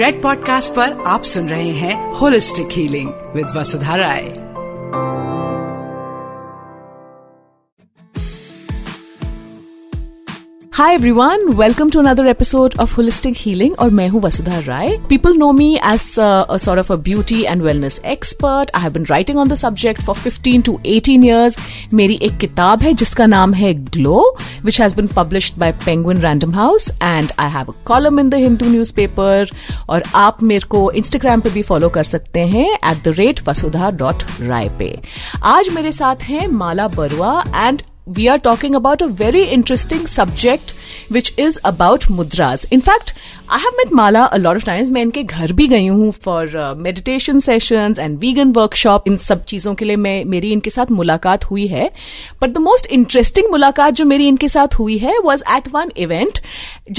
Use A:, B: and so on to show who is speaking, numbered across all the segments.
A: Red podcast पर आप सुन रहे हैं holistic healing with Vasudha Rai
B: Hi everyone, welcome to another episode of Holistic Healing और मैं हूँ Vasudha Rai People know me as a, a sort of a beauty and wellness expert. I have been writing on the subject for 15 to 18 years. मेरी एक किताब है जिसका नाम है Glow, which has been published by Penguin Random House and I have a column in the Hindu newspaper और आप मेरे को Instagram पे भी फॉलो कर सकते हैं at the rate Vasudha dot Rai पे आज मेरे साथ हैं Mala Barua and we are talking about a very interesting subject which is about mudras in fact i have met mala a lot of times main inke ghar bhi gayi hu for uh, meditation sessions and vegan workshop in sab cheezon ke liye main meri inke sath mulaqat hui hai but the most interesting mulaqat jo meri inke sath hui hai was at one event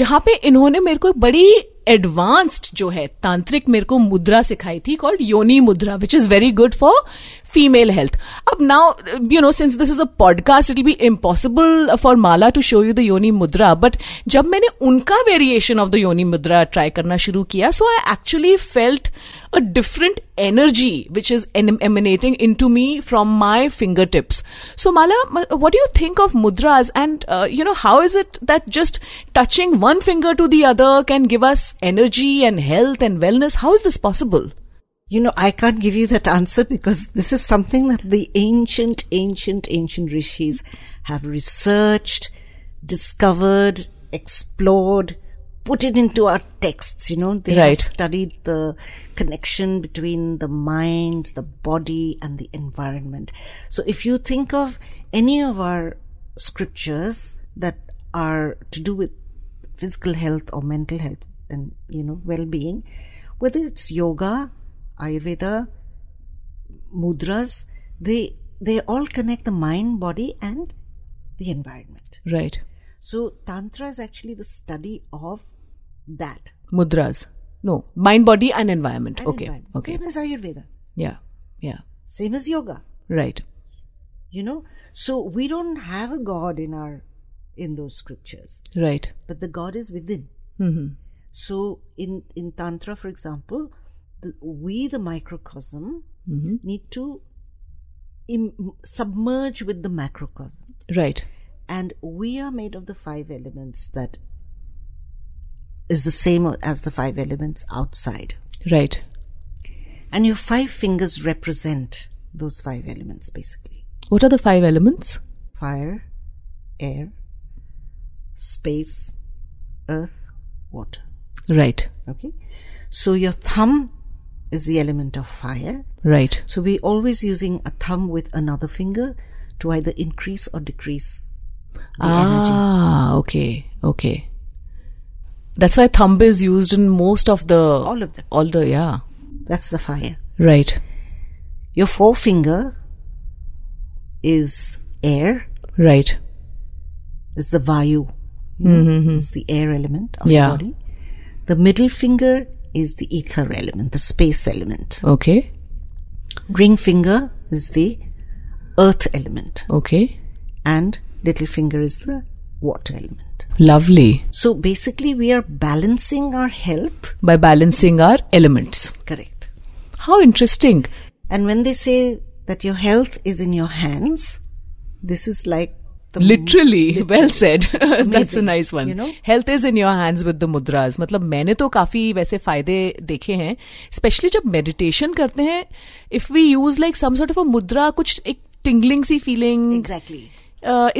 B: jahan pe इन्होंने मेरे को एक बड़ी advanced जो है तांत्रिक मेरे को मुद्रा सिखाई थी called yoni mudra which is very good for female health अब now you know since this is a podcast it will be impossible for Mala to show you the yoni mudra but जब मैंने उनका variation of the yoni mudra try करना शुरू किया so I actually felt a different energy which is emanating into me from my finger tips so Mala what you think of mudras and uh, you know how is it that just touching one finger to the other can give us energy and health and wellness how is this possible
C: You know, I can't give you that answer because this is something that the ancient, ancient, ancient rishis have researched, discovered, explored, put it into our texts. You know, they
B: Right.
C: have studied the connection between the mind, the body, and the environment. So if you think of any of our scriptures that are to do with physical health or mental health and, you know, well being, whether it's yoga, Ayurveda, mudras, they they all connect the mind, body, and the environment.
B: right
C: So tantra is actually the study of that.
B: mudras no mind body and environment
C: and
B: okay
C: environment.
B: okay
C: Same as Ayurveda,
B: yeah yeah
C: same as yoga.
B: right
C: You know, so we don't have a god in our in those scriptures,
B: right
C: but the god is within.
B: hmm
C: So in in tantra, for example, the, we the microcosm
B: hmm
C: need to Im- submerge with the macrocosm.
B: right
C: and we are made of the five elements that is the same as the five elements outside
B: right
C: and your five fingers represent those five elements basically
B: what are the five elements
C: fire air space earth water
B: right
C: okay so your thumb is the element of fire
B: right
C: so we're always using a thumb with another finger to either increase or decrease the energy
B: ah okay okay that's why thumb is used in most of the
C: all of them
B: all the yeah
C: that's the fire
B: right
C: Your forefinger is air,
B: right
C: is the vayu. you know, It's the air element of
B: Yeah.
C: the body. The middle finger is the ether element, the space element.
B: okay
C: Ring finger is the earth element.
B: okay
C: And little finger is the water element.
B: lovely
C: So basically, we are balancing our health.
B: by balancing our elements
C: Correct.
B: how interesting
C: And when they say that your health is in your hands, this is like the
B: literally, well said that's a
C: amazing,
B: nice one
C: you know?
B: health is in your hands with the mudras मतलब मैंने तो काफी वैसे फायदे देखे हैं specially जब meditation करते हैं if we use like some sort of a mudra कुछ एक टिंगलिंग सी feeling
C: Exactly.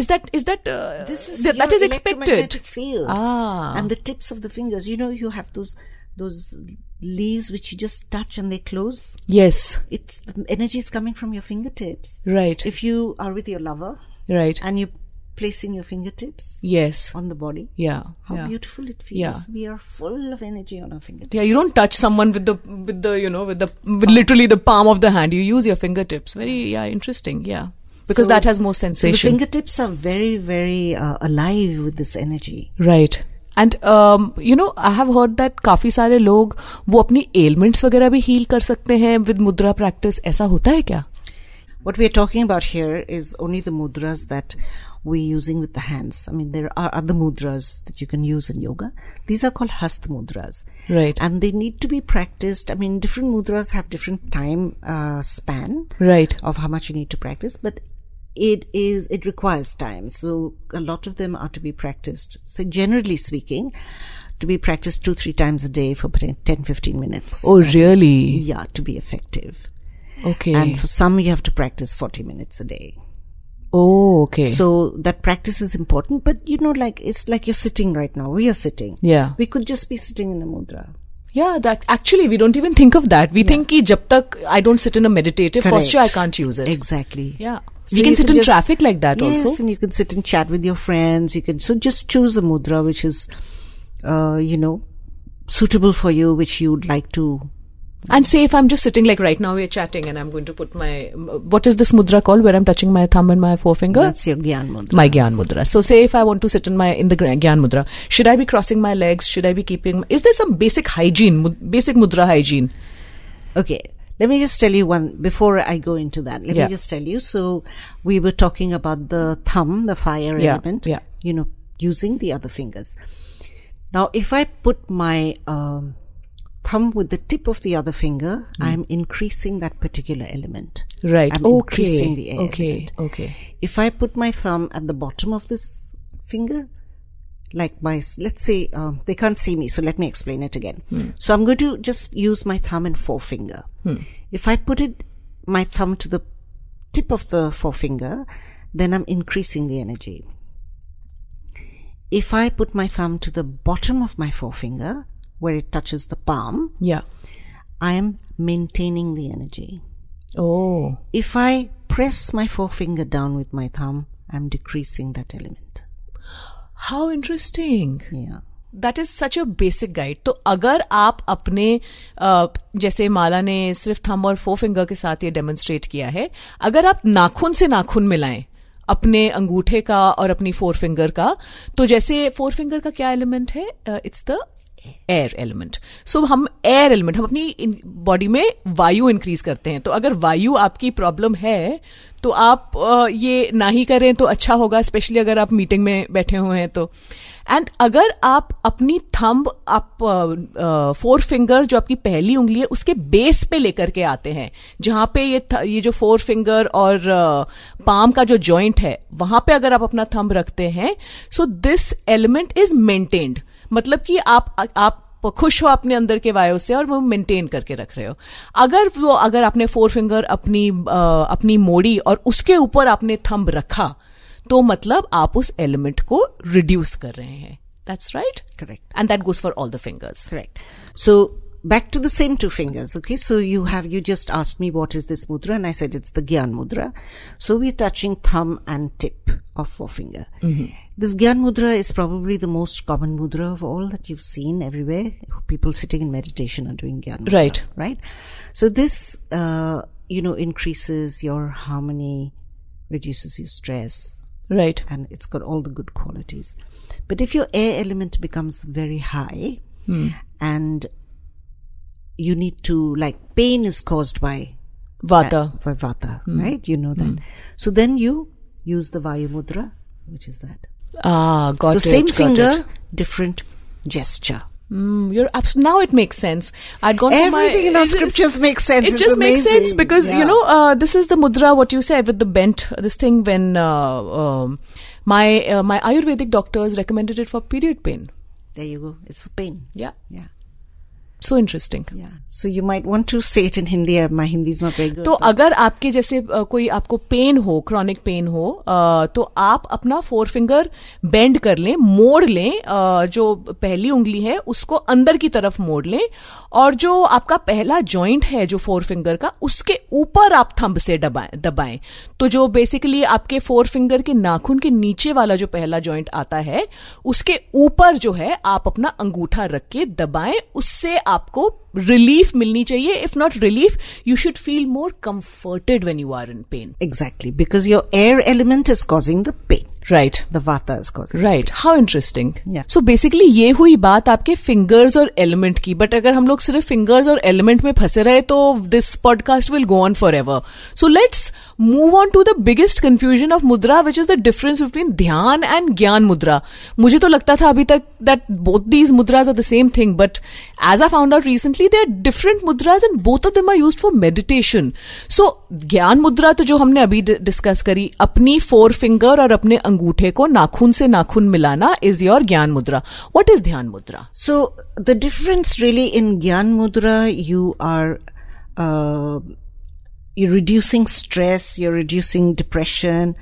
B: is that is that uh,
C: this is
B: that, that
C: your
B: is expected
C: electromagnetic field
B: Ah.
C: and the tips of the fingers you know you have those those leaves which you just touch and they close
B: yes
C: it's the energy is coming from your fingertips
B: right
C: if you are with your lover
B: right
C: and you're placing your fingertips
B: yes
C: on the body
B: yeah
C: how
B: yeah.
C: beautiful it feels
B: Yeah.
C: we are full of energy on our fingertips
B: yeah you don't touch someone with the with the you know with the with literally the palm of the hand you use your fingertips very yeah interesting yeah because
C: So-
B: that has more
C: so the
B: sensation
C: fingertips are very very uh, alive with this energy
B: right and you know I have heard that काफी सारे लोग वो अपनी elements वगैरह भी heal कर सकते हैं विद मुद्रा प्रैक्टिस ऐसा होता है क्या
C: What we are talking about here is only the mudras that we're using with the hands. I mean, there are other mudras that you can use in yoga. These are called hasta mudras.
B: Right.
C: And they need to be practiced. I mean, different mudras have different time uh, span
B: Right.
C: of how much you need to practice, but it is it requires time. So a lot of them are to be practiced. So generally speaking, to be practiced two three times a day for 10 15 minutes.
B: Oh, really?
C: Yeah, to be effective.
B: Okay.
C: And for some you have to practice 40 minutes a day.
B: oh, okay.
C: So that practice is important, but you know like it's like you're sitting right now. We are sitting.
B: yeah.
C: We could just be sitting in a mudra.
B: Yeah, that actually we don't even think of that. We think ki jab tak I don't sit in a meditative posture, I
C: Correct.
B: can't use it.
C: Exactly.
B: Yeah.
C: So
B: we
C: you
B: can sit
C: can
B: in
C: just-
B: traffic like that
C: yes,
B: also.
C: and you can sit and chat with your friends. You can so just choose a mudra which is, uh, you know, suitable for you, which you'd like to.
B: And say if I'm just sitting like right now we're chatting and I'm going to put my what is this mudra called where I'm touching my thumb and my forefinger?
C: That's your gyan mudra.
B: my gyan mudra. So say if I want to sit in my in the gra- gyan mudra, should I be crossing my legs? Should I be keeping? Is there some basic hygiene, mud, basic mudra hygiene?
C: Okay. Let me just tell you one before I go into that. Let
B: Yeah.
C: me just tell you. So we were talking about the thumb, the fire
B: Yeah,
C: element.
B: yeah.
C: You know, using the other fingers. Now, if I put my um, thumb with the tip of the other finger, I'm increasing that particular element.
B: Hmm. Right.
C: I'm increasing the
B: okay.
C: air
B: Okay.
C: element.
B: Okay.
C: if I put my thumb at the bottom of this finger, like my, s- let's say, um, they can't see me, so let me explain it again. So I'm going to just use my thumb and forefinger. If I put it, my thumb to the tip of the forefinger, then I'm increasing the energy. If I put my thumb to the bottom of my forefinger, where it touches the palm,
B: Yeah.
C: I am maintaining the energy.
B: Oh.
C: If I press my forefinger down with my thumb, I'm decreasing that element.
B: How interesting.
C: Yeah.
B: That is such a basic guide तो अगर आप अपने अ, जैसे माला ने सिर्फ thumb और four finger के साथ ये डेमोन्स्ट्रेट किया है अगर आप नाखून से नाखून मिलाएं अपने अंगूठे का और अपनी फोर फिंगर का तो जैसे फोर फिंगर का क्या एलिमेंट है it's the air element so हम एयर एलिमेंट हम अपनी बॉडी में वायु इंक्रीज करते हैं तो अगर वायु आपकी प्रॉब्लम है तो आप अ, ये ना ही करें तो अच्छा होगा स्पेशली अगर आप मीटिंग में बैठे हुए हैं तो एंड अगर आप अपनी थंब आप फोर फिंगर जो आपकी पहली उंगली है उसके बेस पे लेकर के आते हैं जहां पे ये थ- ये जो फोर फिंगर और पाम का जो जॉइंट है वहां पे अगर आप अपना थंब रखते हैं so this element is maintained मतलब कि आप आप खुश हो अपने अंदर के वायु से और वो मेंटेन करके रख रहे हो अगर वो अगर आपने फोर फिंगर अपनी अ, अपनी मोड़ी और उसके ऊपर आपने थंब रखा तो मतलब आप उस एलिमेंट को रिड्यूस कर रहे हैं that's right
C: Correct.
B: And that goes for all the fingers
C: Correct. So back to the same two fingers. Okay. So you have, you just asked me what is this mudra and I said it's the Gyan mudra. So we're touching thumb and tip of forefinger. This Gyan mudra is probably the most common mudra of all that you've seen everywhere. People sitting in meditation are doing Gyan mudra.
B: Right.
C: Right. So this, uh, you know, increases your harmony, reduces your stress,
B: right
C: and it's got all the good qualities. But if your air element becomes very high
B: Hmm.
C: and you need to, like, pain is caused by,
B: vata
C: by vata,
B: Hmm.
C: right? You know that. So then you use the Vayu Mudra, which is that.
B: ah got
C: so,
B: it,
C: same
B: got
C: finger,
B: it.
C: different gesture.
B: Mm, you're abs- now it makes sense. I'd gone for my-
C: Everything in our
B: it-
C: scriptures makes sense.
B: It
C: It's
B: just makes
C: amazing.
B: sense because you
C: Yeah.
B: know uh, this is the mudra. What you said with the bent, this thing when uh, um, my uh, my Ayurvedic doctors recommended it for period pain.
C: There you go. It's for pain.
B: Yeah,
C: Yeah.
B: so interesting.
C: Yeah. So you might want to say it in Hindi. Uh, My Hindi is not very good.
B: तो
C: but-
B: अगर आपके जैसे अ, कोई आपको pen हो chronic pain हो अ, तो आप अपना फोर फिंगर बेंड कर लें मोड़ लें अ, जो पहली उंगली है उसको अंदर की तरफ मोड़ लें और जो आपका पहला जॉइंट है जो फोर फिंगर का उसके ऊपर आप थंब से दबाएं दबाएं तो जो बेसिकली आपके फोर फिंगर के नाखून के नीचे वाला जो पहला जॉइंट आता है उसके ऊपर जो है आप अपना अंगूठा रख के दबाएं उससे आपको रिलीफ मिलनी चाहिए if not relief you should feel more comforted when you are in pain
C: Exactly, because your air element is causing the pain.
B: right
C: The vata is causing.
B: Right how interesting
C: Yeah.
B: So basically ये हुई बात आपके fingers और element की but अगर हम लोग सिर्फ फिंगर्स और एलिमेंट में फंसे रहे तो this podcast will go on forever so let's move on to the biggest confusion of mudra which is the difference between Dhyan and Gyan mudra मुझे तो लगता था अभी तक that both these mudras are the same thing but as I found out recently they are different mudras and both of them are use for meditation so Gyan mudra तो जो हमने अभी डिस्कस करी अपनी फोर फिंगर और अपने अंगूठे को नाखून से नाखून मिलाना इज योर ज्ञान मुद्रा व्हाट इज ध्यान मुद्रा
C: So the difference really in Gyan Mudra, you are uh, you're reducing stress, you're reducing depression,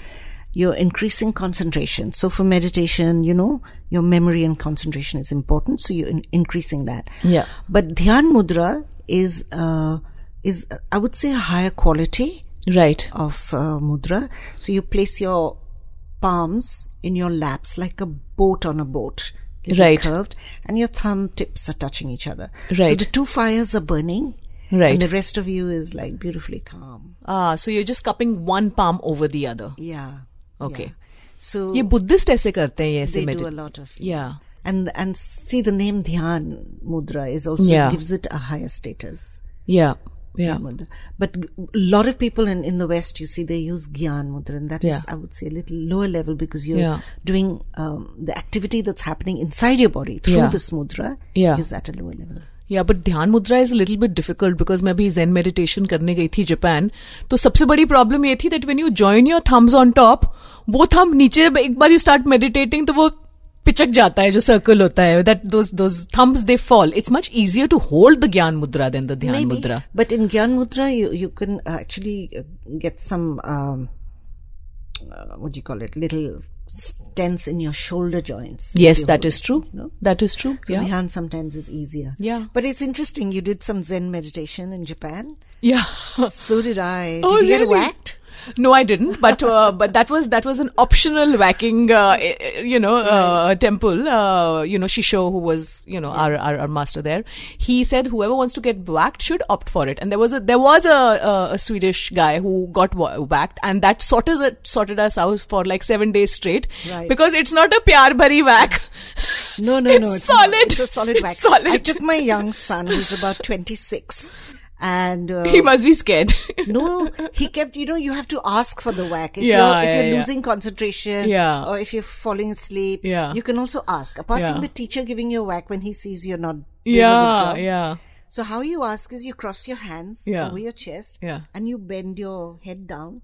C: you're increasing concentration. So for meditation, you know, your memory and concentration is important, so you're in- increasing that.
B: Yeah.
C: But Dhyan Mudra is uh, is uh, I would say a higher quality
B: right
C: of uh, mudra. So you place your palms in your laps like a boat on a boat. little
B: Right.
C: Curved, and your thumb tips are touching each other. So
B: Right.
C: the two fires are burning. And
B: right
C: the rest of you is like beautifully calm.
B: So you just cupping one palm over the other
C: Yeah.
B: Okay.
C: yeah. So
B: ये Buddhist ऐसे करते हैं ये ऐसे
C: they do a
B: meditation
C: lot of
B: या
C: and and see the name Dhyan Mudra is also
B: Yeah.
C: gives it a higher status.
B: या या
C: Mudra. But a lot of people in, in the West, you see, they use Gyan Mudra, and that is,
B: Yeah.
C: I would say, a little lower level because you're
B: Yeah.
C: doing um, the activity that's happening inside your body through
B: Yeah.
C: this mudra
B: Yeah.
C: is at a lower level.
B: या but Dhyan mudra is little bit difficult because मैं अभी जेन meditation करने गई थी Japan तो सबसे बड़ी problem ये थी that when you join your thumbs on top वो थम नीचे एक बार यू स्टार्ट मेडिटेटिंग तो वो पिचक जाता है जो सर्कल होता है that those thumbs they fall it's much easier to hold the Gyan mudra then the Dhyan
C: Maybe.
B: Mudra
C: But in Gyan Mudra, you, you can actually uh, get some, um, uh, what do you call it, little stents in your shoulder joints. if
B: yes
C: you
B: that
C: hold
B: is
C: it,
B: true
C: you know?
B: That is true
C: So Dhyan sometimes is easier.
B: Yeah.
C: But it's interesting. You did some Zen meditation in Japan.
B: या
C: So did I. Did
B: Oh,
C: you get
B: really?
C: whacked?
B: No, I didn't. But uh, but that was that was an optional whacking, uh, eh, eh, you know, uh, temple. Uh, you know, Shisho, who was you know our, our our master there, he said whoever wants to get whacked should opt for it. And there was a there was a, a, a Swedish guy who got wa- whacked, and that sorted us- sorted us out for like seven days straight
C: Right.
B: because it's not a pyar bari whack.
C: No, no,
B: It's
C: no. It's
B: solid.
C: not. It's a solid
B: It's
C: whack.
B: solid.
C: I took my young son, who's about 26, and uh,
B: he must be scared.
C: no, he kept. You know, you have to ask for the whack if
B: Yeah,
C: you're, if
B: yeah,
C: you're
B: yeah.
C: losing concentration,
B: Yeah.
C: or if you're falling asleep.
B: Yeah.
C: you can also ask. Apart
B: Yeah.
C: from the teacher giving you a whack when he sees you're not doing a good
B: yeah,
C: job.
B: yeah,
C: So how you ask is you cross your hands
B: Yeah.
C: over your chest,
B: Yeah.
C: and you bend your head down,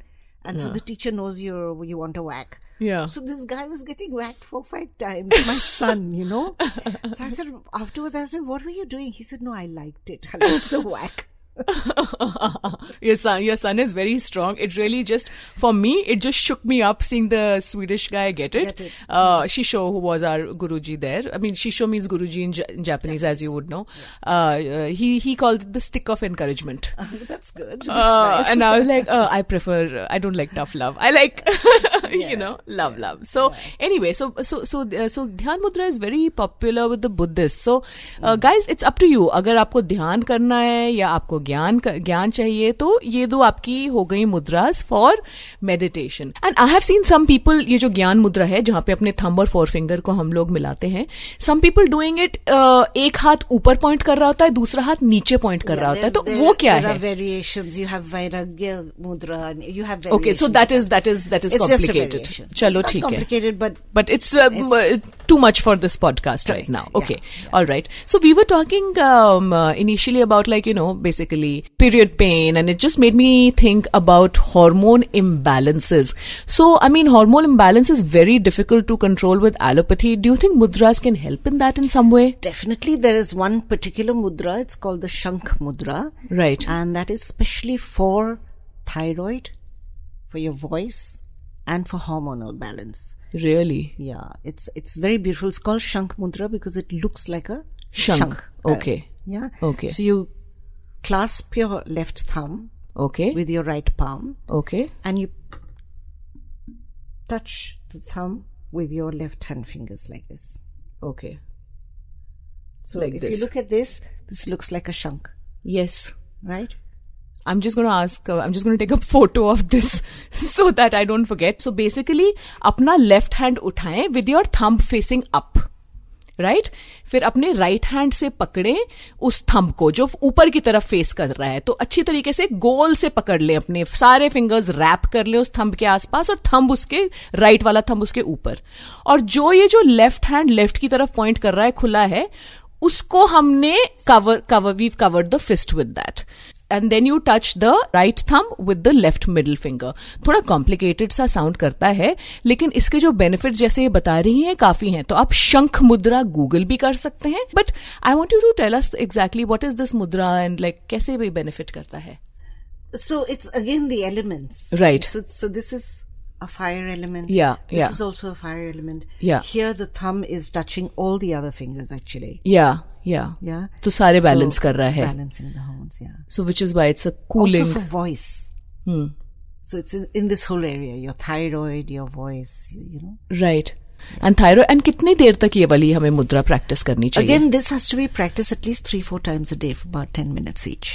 C: and so the teacher knows you you want a whack.
B: yeah.
C: So this guy was getting whacked four, five times. My son, you know. So I said afterwards, I said, "What were you doing?" He said, "No, I liked it. I liked the whack."
B: your son your son is very strong it really just for me it just shook me up seeing the swedish guy get it,
C: Get it.
B: Uh, shisho who was our guruji there i mean shisho means guruji in, ja- in japanese as you would know uh, uh, he he called it the stick of encouragement
C: That's good. That's
B: uh,
C: nice.
B: and I was like, uh, I prefer. I don't like tough love. I like, you know, love, love. So anyway, so so so uh, so Dhyan mudra is very popular with the Buddhists. So uh, guys, it's up to you. अगर आपको ध्यान करना है या आपको ज्ञान कर- ज्ञान चाहिए तो ये दो आपकी हो गई mudras for meditation and I have seen some people ये जो ज्ञान मुद्रा है जहाँ पे अपने थंब और फोर फिंगर को हम लोग मिलाते हैं some people doing it uh, एक हाथ ऊपर पॉइंट कर रहा होता है दूसरा हाथ नीचे पॉइंट कर रहा होता है तो
C: There-
B: वो क्या
C: there
B: है
C: are variations. You have Vairagya Mudra. And you have variations.
B: Okay, so that is that is that is
C: It's just a
B: complicated.
C: variation.
B: Chalo,
C: It's not
B: theek hai.
C: complicated, but
B: But it's, um, uh, too much for this podcast right
C: Correct,
B: now.
C: yeah,
B: Okay, all right. So we were talking um, uh, initially about like you know basically period pain, and it just made me think about hormone imbalances. So I mean, hormone imbalance is very difficult to control with allopathy. Do you think mudras can help in that in some way?
C: definitely there is one particular mudra. It's called the Shankh Mudra.
B: Right.
C: and that is specially for thyroid, for your voice, and for hormonal balance.
B: really.
C: Yeah, it's it's very beautiful. It's called Shankh Mudra because it looks like a
B: Shank.
C: uh,
B: Okay.
C: yeah.
B: Okay.
C: So you clasp your left thumb
B: Okay.
C: with your right palm,
B: okay.
C: and you touch the thumb with your left hand fingers like this.
B: Okay.
C: So
B: Like
C: if
B: this.
C: you look at this, this looks like a shank,
B: Yes.
C: right?
B: I'm just going to ask, uh, I'm just going to take a photo of this so that I don't forget. So basically, अपना left hand उठाएं with your thumb facing up. Right फिर अपने right hand से पकड़े उस thumb को जो ऊपर की तरफ फेस कर रहा है तो अच्छी तरीके से गोल से पकड़ लें अपने सारे फिंगर्स रैप कर लें उस थंब के आसपास और थंब उसके राइट वाला थंब उसके ऊपर और जो ये जो लेफ्ट हैंड लेफ्ट की तरफ पॉइंट कर रहा है खुला है उसको हमने cover cover we covered the fist with that and then you touch the right thumb with the left middle finger थोड़ा कॉम्प्लिकेटेड सा साउंड करता है लेकिन इसके जो बेनिफिट जैसे ये बता रही हैं काफी हैं तो आप शंख मुद्रा गूगल भी कर सकते हैं but I want you to tell us exactly what is this mudra and like कैसे भी बेनिफिट करता है
C: So it's again the elements.
B: Right.
C: So, so this is a fire element.
B: Yeah,
C: This
B: yeah.
C: is also a fire element.
B: Yeah.
C: Here the thumb is touching all the other fingers actually.
B: या या
C: Yeah.
B: तो सारे balance कर रहा है
C: Balancing the hormones, yeah.
B: So which is why it's a
C: Also
B: cooling
C: for voice.
B: Hmm,
C: So it's in, in this whole area, your thyroid, your voice, you, you know.
B: Right and thyroid and कितनी देर तक ये वाली हमें मुद्रा practice करनी चाहिए
C: Again, this has to be practiced at least three, four times a day for about 10 minutes each.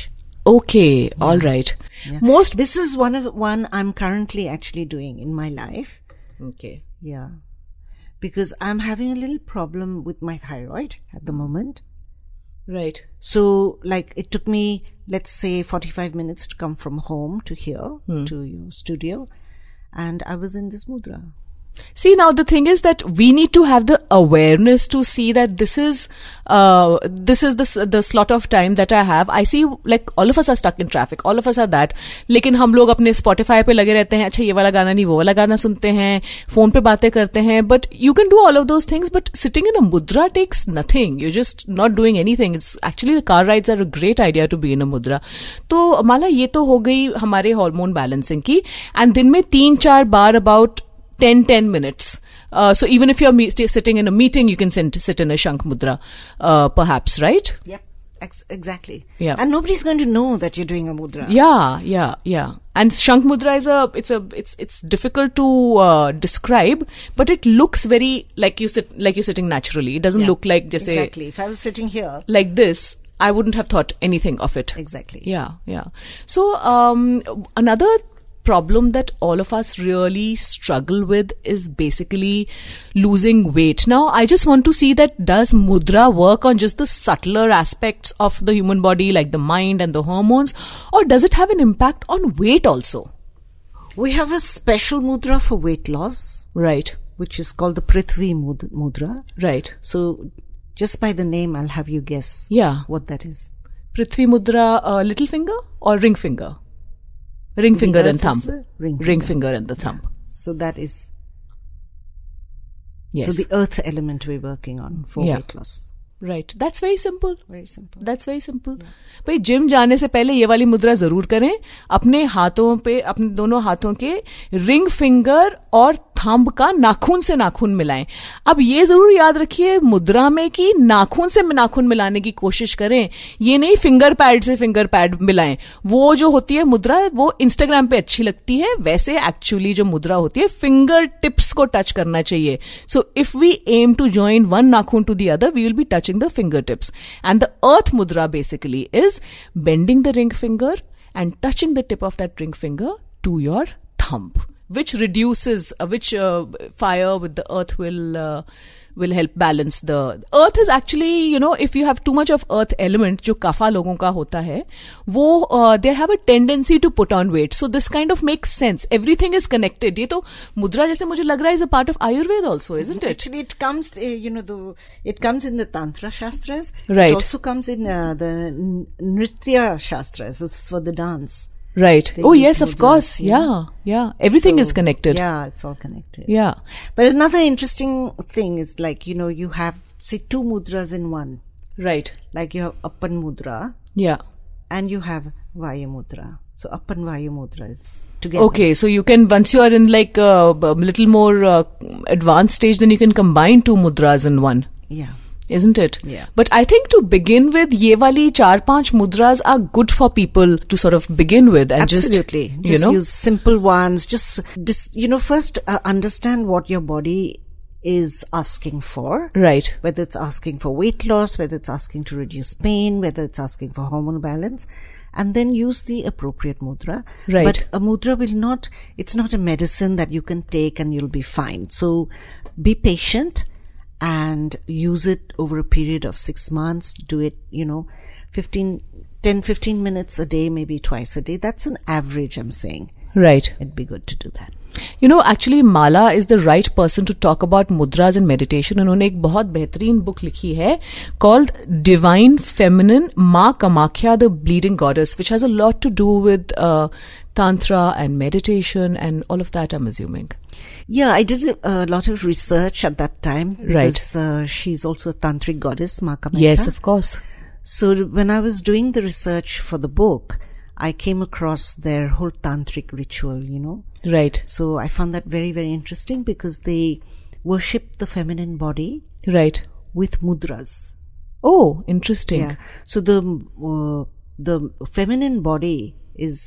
B: Okay all right most
C: This is one of one I'm currently actually doing in my life.
B: Okay
C: Yeah. Because I'm having a little problem with my thyroid at the moment.
B: Right
C: So, like, it took me, let's say, 45 minutes to come from home to here,
B: Hmm.
C: to your studio. And I was in this mudra.
B: See, now the thing is that we need to have the awareness to see that this is, uh, this is the, s- the slot of time that I have. I see, like, all of us are stuck in traffic. All of us are that. लेकिन हम लोग अपने Spotify पे लगे रहते हैं. अच्छा, ये वाला गाना नहीं, वो वाला गाना सुनते हैं. फोन पे बातें करते हैं. But you can do all of those things. But sitting in a mudra takes nothing. You're just not doing anything. It's actually the car rides are a great idea to be in a mudra. तो माला ये तो हो गई हमारे hormone balancing की. And दिन में तीन चार बार about 10 10 minutes uh, so even if you're me- stay sitting in a meeting you can sit, sit in a shank mudra uh, perhaps right
C: Yep. Ex- exactly.
B: Yeah.
C: And nobody's going to know that you're doing a mudra.
B: yeah yeah yeah and shank mudra is a it's a it's it's difficult to uh, describe but it looks very like you sit like you're sitting naturally it doesn't look like just
C: Exactly. If I was sitting here,
B: a, like this i wouldn't have thought anything of it
C: exactly.
B: Yeah, yeah. So um, another problem that all of us really struggle with is basically losing weight. Now, I just want to see that does mudra work on just the subtler aspects of the human body, like the mind and the hormones, or does it have an impact on weight also?
C: We have a special mudra for weight loss,
B: Right,
C: which is called the Prithvi mud- mudra.
B: right.
C: So, just by the name, I'll have you guess
B: Yeah,
C: what that is.
B: Prithvi mudra, uh, little finger or ring finger, ring finger
C: earth
B: and
C: is
B: thumb,
C: the ring
B: ring
C: finger.
B: finger and the thumb.
C: So that is
B: Yes,
C: so the earth element we're working on for
B: Yeah.
C: weight loss.
B: right. That's very simple.
C: Very simple.
B: That's very simple भाई gym जाने से पहले ये वाली मुद्रा जरूर करें अपने हाथों पे अपने दोनों हाथों के रिंग फिंगर और थंब का नाखून से नाखून मिलाएं अब ये जरूर याद रखिए मुद्रा में कि नाखून से नाखून मिलाने की कोशिश करें ये नहीं फिंगर पैड से फिंगर पैड मिलाएं वो जो होती है मुद्रा वो इंस्टाग्राम पे अच्छी लगती है वैसे एक्चुअली जो मुद्रा होती है फिंगर टिप्स को टच करना चाहिए so if we aim to join one nakhun to the other, we will be touching the fingertips. And the earth mudra basically is bending the ring finger and touching the tip of that ring finger to your thumb, which reduces, uh, which uh, fire with the earth will. Uh, will help balance the earth is actually you know if you have too much of earth element jo kafa logon ka hota hai wo uh, they have a tendency to put on weight so this kind of makes sense everything is connected ye to mudra jaise mujhe lag raha is a part of ayurveda also isn't it
C: Actually, it comes, uh, you know, the it comes in the tantra shastras.
B: Right.
C: It also comes in uh, the n- nritya shastras. It's for the dance.
B: Right.
C: They
B: Oh,
C: use
B: yes, of
C: mudras,
B: course.
C: yeah.
B: Yeah. Yeah. Everything
C: So,
B: is connected. Yeah.
C: Yeah, it's all connected. But another interesting thing is like you know you have say two mudras in one.
B: Right.
C: Like you have uppan mudra
B: Yeah.
C: and you have vayu mudra. So uppan vayu mudra is together.
B: Okay. So you can, once you are in like a, b- little more uh, advanced stage, then you can combine two mudras in one.
C: Yeah.
B: Isn't it?
C: Yeah.
B: But I think to begin with, ye wali char panch mudras are good for people to sort of begin with and
C: Absolutely.
B: just,
C: Just,
B: you know,
C: use simple ones. Just, just you know, first uh, understand what your body is asking for.
B: right.
C: Whether it's asking for weight loss, whether it's asking to reduce pain, whether it's asking for hormone balance, and then use the appropriate mudra.
B: Right.
C: But a mudra will not, it's not a medicine that you can take and you'll be fine. So be patient and use it over a period of six months. Do it, you know, 15, 10, 15 minutes a day, maybe twice a day. That's an average, I'm saying.
B: Right.
C: It'd be good to do that.
B: You know actually Mala is the right person to talk about mudras and meditation उन्होंने एक बहुत बेहतरीन book लिखी है called divine feminine माँ Kamakhya the bleeding goddess which has a lot to do with uh, tantra and meditation and all of that i'm assuming
C: Yeah, I did a lot of research at that time.
B: Right.
C: Because uh, she's also a tantric goddess, Ma Kamakhya.
B: yes of course
C: So when I was doing the research for the book, I came across their whole tantric ritual, you know.
B: right
C: So I found that very, very interesting because they worship the feminine body
B: right
C: with mudras.
B: oh interesting
C: Yeah. So the uh, the feminine body is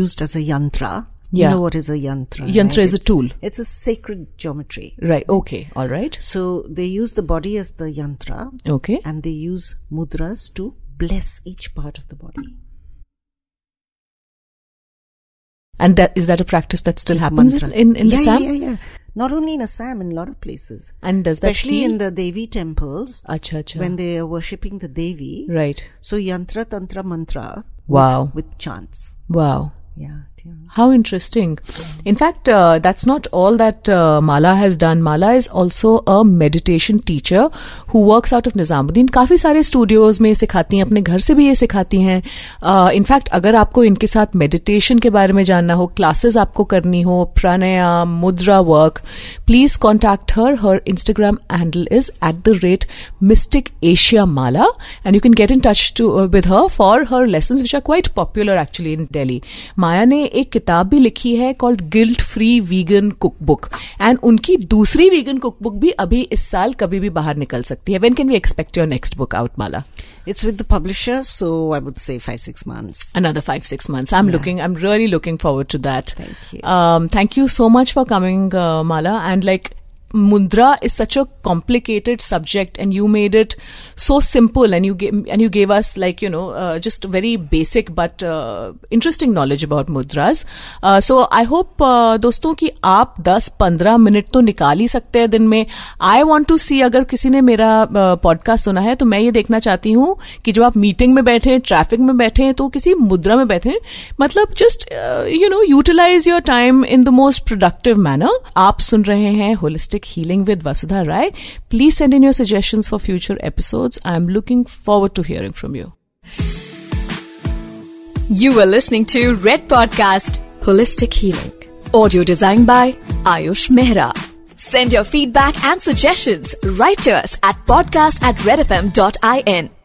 C: used as a yantra.
B: Yeah.
C: You know what is a yantra?
B: Yantra is a
C: It's-
B: tool.
C: It's a sacred geometry.
B: right okay all right
C: So they use the body as the yantra
B: okay
C: and they use mudras to bless each part of the body.
B: and that is that a practice that still happens in
C: Mantra.
B: in, in
C: yeah,
B: Assam?
C: Yeah, yeah, yeah. Not only in Assam, in a lot of places.
B: and does
C: Especially
B: that
C: in the Devi temples,
B: acha acha
C: when they are worshipping the Devi.
B: right
C: So yantra, tantra, mantra. with-
B: Wow.
C: With, chants.
B: wow
C: Yeah, yeah.
B: How interesting. In fact, uh, that's not all that uh, Mala has done. Mala is also a meditation teacher who works out of Nizamuddin. काफी सारे studios में सिखाती हैं अपने घर से भी ये सिखाती हैं Uh, In fact, अगर आपको इनके साथ meditation के बारे में जानना हो classes आपको करनी हो प्राणायाम मुद्रा work please contact her her instagram handle is at the rate mystic asia mala and you can get in touch to uh, with her for her lessons which are quite popular actually in delhi maya ne ek kitab bhi likhi hai called guilt free vegan cookbook and unki dusri vegan cookbook bhi abhi is saal kabhi bhi bahar nikal sakti hai when can we expect your next book out mala
C: It's with the publisher, so I would say five, six months.
B: another five six months i'm looking i'm really looking forward to that
C: Thank you.
B: um, thank you so much for coming uh, mala and like mudra is such a complicated subject and you made it so simple and you gave and you gave us like you know uh, just very basic but uh, interesting knowledge about mudras uh, so i hope uh, दोस्तों कि आप 10-15 minute तो निकाल ही सकते हैं दिन में I want to see अगर किसी ने मेरा पॉडकास्ट सुना है तो मैं ये देखना चाहती हूँ कि जब आप मीटिंग में बैठे हैं ट्रैफिक में बैठे हैं तो किसी मुद्रा में बैठे हैं मतलब just you know utilise your time in the most productive manner आप सुन रहे हैं holistic healing with Vasudha Rai please send in your suggestion for future episodes I am looking forward to hearing from you
D: You were listening to Red Podcast Holistic Healing. Audio designed by Ayush Mehra. Send your feedback and suggestions right to us at podcast at redfm.in.